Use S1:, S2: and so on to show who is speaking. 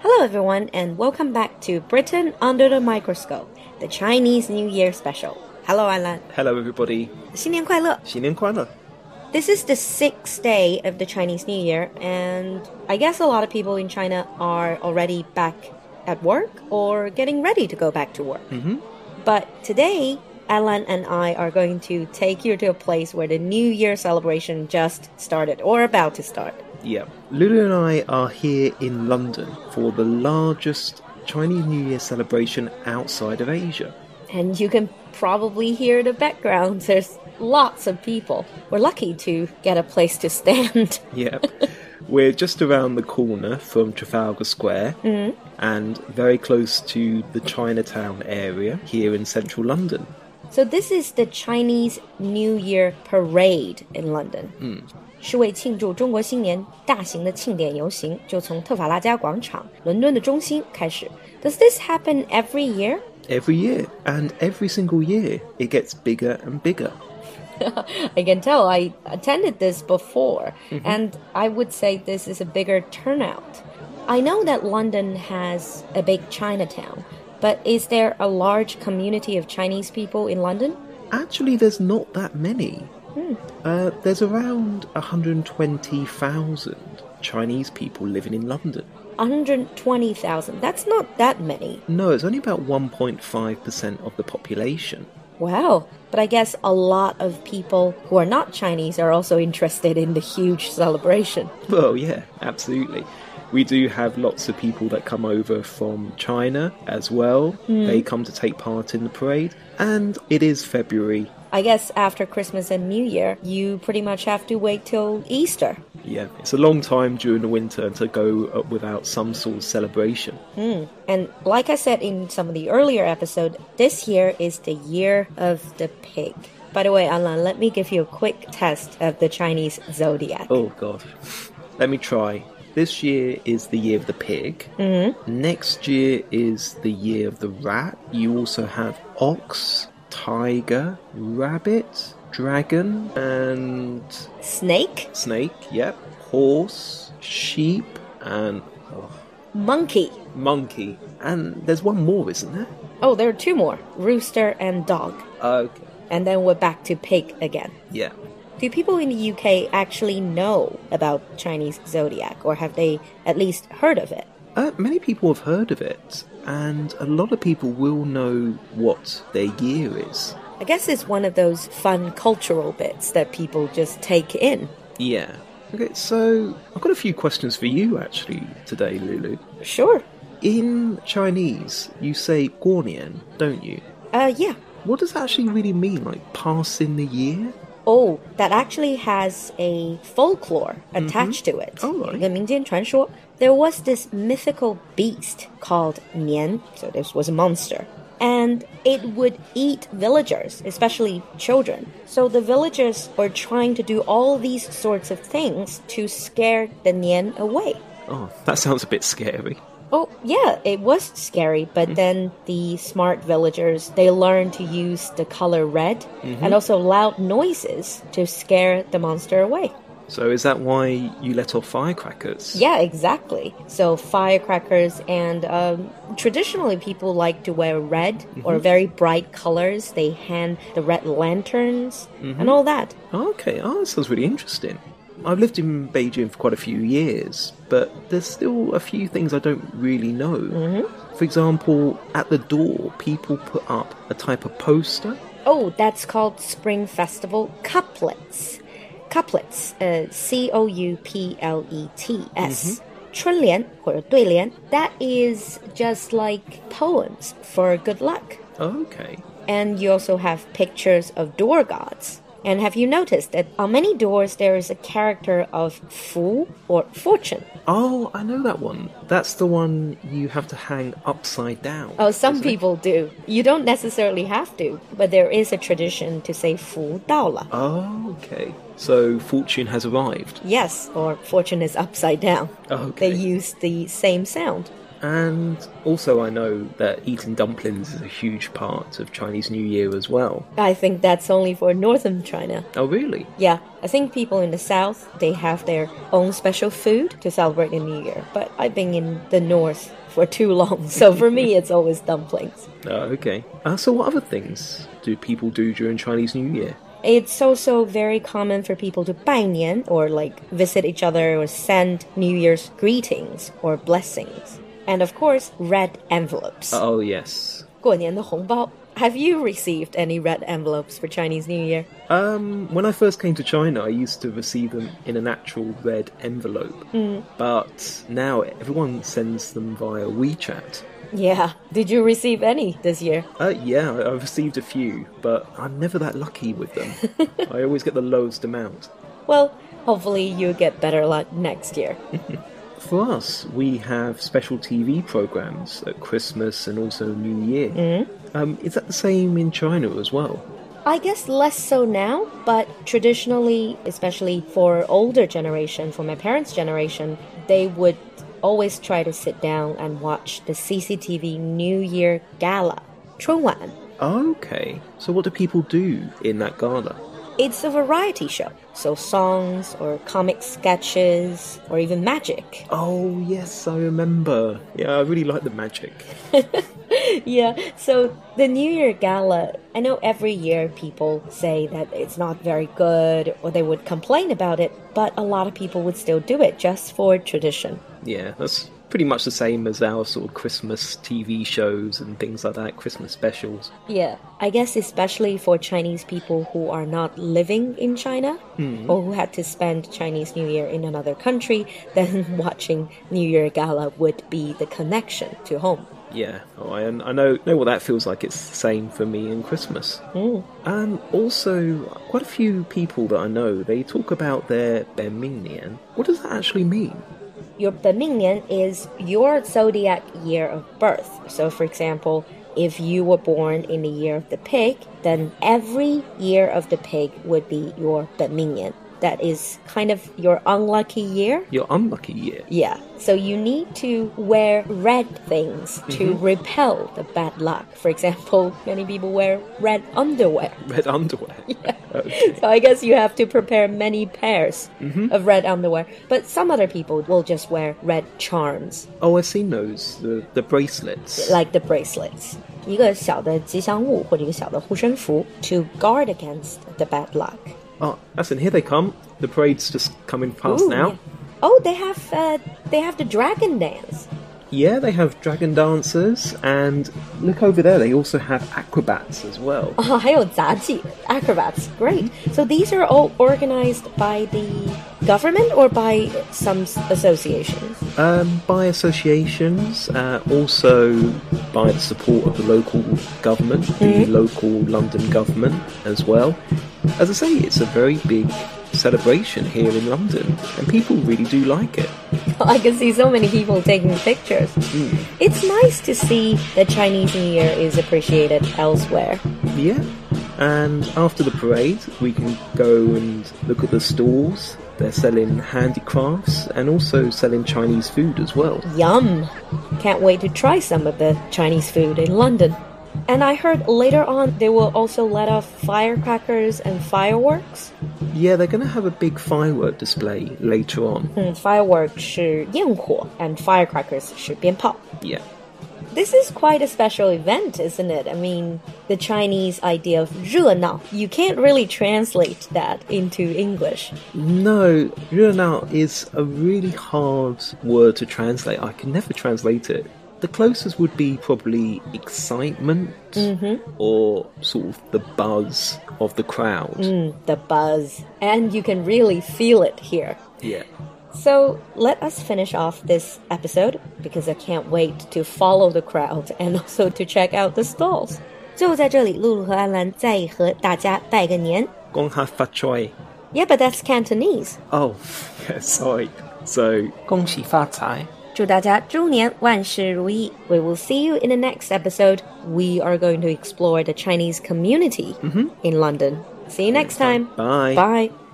S1: Hello, everyone, and welcome back to Britain Under the Microscope, the Chinese New Year special. Hello, Alan.
S2: Hello, everybody.
S1: 新年快乐.
S2: 新年快乐.
S1: This is the sixth day of the Chinese New Year, and I guess a lot of people in China are already back at work or getting ready to go back to work. But today, Alan and I are going to take you to a place where the New Year celebration just started or about to start.
S2: Yeah. Lulu and I are here in London for the largest Chinese New Year celebration outside of Asia.
S1: And you can probably hear the background. There's lots of people. We're lucky to get a place to stand.
S2: Yeah. We're just around the corner from Trafalgar Square and very close to the Chinatown area here in central London.
S1: so this is the Chinese New Year parade in London. 是为庆祝中国新年，大型的庆典游行就从特法拉加广场，伦敦的中心开始。Does this happen every year?
S2: Every year, and every single year, it gets bigger and bigger.
S1: I can tell I attended this before, and I would say this is a bigger turnout. I know that London has a big Chinatown, but is there a large community of Chinese people in London?
S2: Actually, there's not that many. Uh, there's around 120,000 Chinese people living in London.
S1: 120,000. That's not that many.
S2: No, it's only about 1.5% of the population.
S1: Wow. But I guess a lot of people who are not Chinese are also interested in the huge celebration.
S2: Well, yeah, absolutely. We do have lots of people that come over from China as well. They come to take part in the parade. And it is February.
S1: I guess after Christmas and New Year, you pretty much have to wait till Easter.
S2: Yeah, it's a long time during the winter to go uh, without some sort of celebration.
S1: And like I said in some of the earlier episode, this year is the year of the pig. By the way, Alan, let me give you a quick test of the Chinese zodiac.
S2: Oh, God. Let me try. This year is the year of the pig. Mm-hmm. Next year is the year of the rat. You also have ox, tiger, rabbit, dragon, and
S1: Snake,
S2: snake, yep. Horse, sheep, and oh,
S1: monkey.
S2: monkey. And there's one more, isn't there?
S1: Oh, there are two more rooster and dog.
S2: Okay.
S1: And then we're back to pig again.
S2: Yeah.
S1: Do people in the UK actually know about Chinese zodiac, or have they at least heard of it?
S2: Uh, many people have heard of it, and a lot of people will know what their year is.
S1: I guess it's one of those fun cultural bits that people just take in.
S2: Yeah. Okay, so I've got a few questions for you actually today, Lulu.
S1: Sure.
S2: In Chinese, you say guonian, don't you?
S1: Uh, yeah,
S2: What does that actually really mean? Like passing the year?
S1: Oh, that actually has a folklore attached to it.
S2: Oh, right.
S1: 一个民间传说. There was this mythical beast called Nian, so this was a monster. And it would eat villagers, especially children. So the villagers were trying to do all these sorts of things to scare the Nian away.
S2: Oh, that sounds a bit scary.
S1: Oh, yeah, it was scary, but then the smart villagers, they learned to use the color red and also loud noises to scare the monster away.
S2: So is that why you let off firecrackers?
S1: Yeah, exactly. So firecrackers and um, traditionally people like to wear red or very bright colors. They hand the red lanterns and all that.
S2: Okay, oh, that sounds really interesting. I've lived in Beijing for quite a few years, but there's still a few things I don't really know. Mm-hmm. For example, at the door, people put up a type of poster.
S1: Oh, that's called Spring Festival couplets. Couplets, uh, C O U P L E T S.
S2: Mm-hmm.
S1: 春联或者对联, that is just like poems for good luck.
S2: Okay.
S1: And you also have pictures of door gods. And have you noticed that on many doors there is a character of Fu or fortune?
S2: Oh, I know that one. That's the one you have to hang upside down.
S1: Oh, some
S2: isn't it?
S1: people do. You don't necessarily have to, but there is a tradition to say Fu Daola.
S2: Oh, okay. So fortune has arrived.
S1: Yes, or fortune is upside down.
S2: Okay.
S1: They use the same sound.
S2: And also, I know that eating dumplings is a huge part of Chinese New Year as well.
S1: I think that's only for northern China.
S2: Oh, really?
S1: Yeah, I think people in the south they have their own special food to celebrate the new year, but I've been in the north for too long, so for me it's always dumplings.
S2: Oh, okay. Uh, so, what other things do people do during Chinese New Year?
S1: It's also very common for people to 拜年 or like visit each other or send New Year's greetings or blessings. And of course, red envelopes.
S2: Oh, yes.
S1: 过年的红包. Have you received any red envelopes for Chinese New Year?
S2: Um, when I first came to China, I used to receive them in an actual red envelope,
S1: Mm.
S2: but now everyone sends them via WeChat.
S1: Yeah. Did you receive any this year?
S2: Uh, yeah, I- I've received a few, but I'm never that lucky with them. I always get the lowest amount.
S1: Well, hopefully you get better luck next year.
S2: For us, we have special TV programs at Christmas and also New Year. Um, is that the same in China as well?
S1: I guess less so now, but traditionally, especially for older generation, for my parents' generation, they would always try to sit down and watch the CCTV New Year Gala, 春晚.
S2: Okay, so what do people do in that gala?
S1: It's a variety show, so songs or comic sketches or even magic.
S2: Oh, yes, I remember. Yeah, I really like the magic.
S1: yeah, so the New Year Gala, I know every year people say that it's not very good or they would complain about it, but a lot of people would still do it just for tradition.
S2: Yeah, that's pretty much the same as our sort of Christmas TV shows and things like that, Christmas specials.
S1: Yeah. I guess especially for Chinese people who are not living in China or who had to spend Chinese New Year in another country, then watching New Year Gala would be the connection to home.
S2: Yeah, oh, I, I know know what that feels like. It's the same for me in Christmas. Um, also, quite a few people that I know they talk about their Benmingnian. What does that actually mean?
S1: Your 本命年 is your zodiac year of birth. So for example, if you were born in the year of the pig, then every year of the pig would be your 本命年. That is kind of your unlucky year.
S2: Your unlucky year.
S1: Yeah. So you need to wear red things to repel the bad luck. For example, many people wear red underwear.
S2: Red underwear.
S1: So I guess you have to prepare many pairs of red underwear. But some other people will just wear red charms,
S2: Oh, I've seen those. The the bracelets.
S1: like the bracelets. 一个小的吉祥物或者一个小的护身符 to guard against the bad luck.
S2: Oh, that's in here they come. The parade's just coming past
S1: Ooh,
S2: now.
S1: yeah. Oh, they have uh, they have the dragon dance.
S2: Yeah, they have dragon dancers, and look over there, they also have acrobats as
S1: Oh,
S2: well.
S1: 还有杂技 acrobats. Great. So these are all organized by the government or by some s- associations.
S2: Um, by associations, uh, also by the support of the local government, the local London government as well. As I say, it's a very big celebration here in London, and people really do like it.
S1: I can see so many people taking pictures. It's nice to see that Chinese New Year is appreciated elsewhere.
S2: Yeah. And after the parade, we can go and look at the stalls. They're selling handicrafts and also selling Chinese food as well.
S1: Yum! Can't wait to try some of the Chinese food in London. And I heard later on they will also let off firecrackers and fireworks.
S2: Yeah, they're going to have a big firework display later on.
S1: Mm, fireworks 是焰火 and firecrackers 是鞭炮。
S2: Yeah.
S1: This is quite a special event, isn't it? I mean, the Chinese idea of 热闹. You can't really translate that into English.
S2: No, Runao is a really hard word to translate. I can never translate it. The closest would be probably excitement or sort of the buzz of the crowd.
S1: The buzz. And you can really feel it here.
S2: Yeah.
S1: So let us finish off this episode because I can't wait to follow the crowd and also to check out the stalls. 最后在这里，露露和安兰再和大家拜个年。
S2: Gong ha fa choi.
S1: Yeah, but that's Cantonese.
S2: Oh, yeah, sorry. So, gong xi fa tai.
S1: 祝大家猪年万事如意. We will see you in the next episode. We are going to explore the Chinese community in London. See you Mm-hmm. next time.
S2: Bye.
S1: Bye.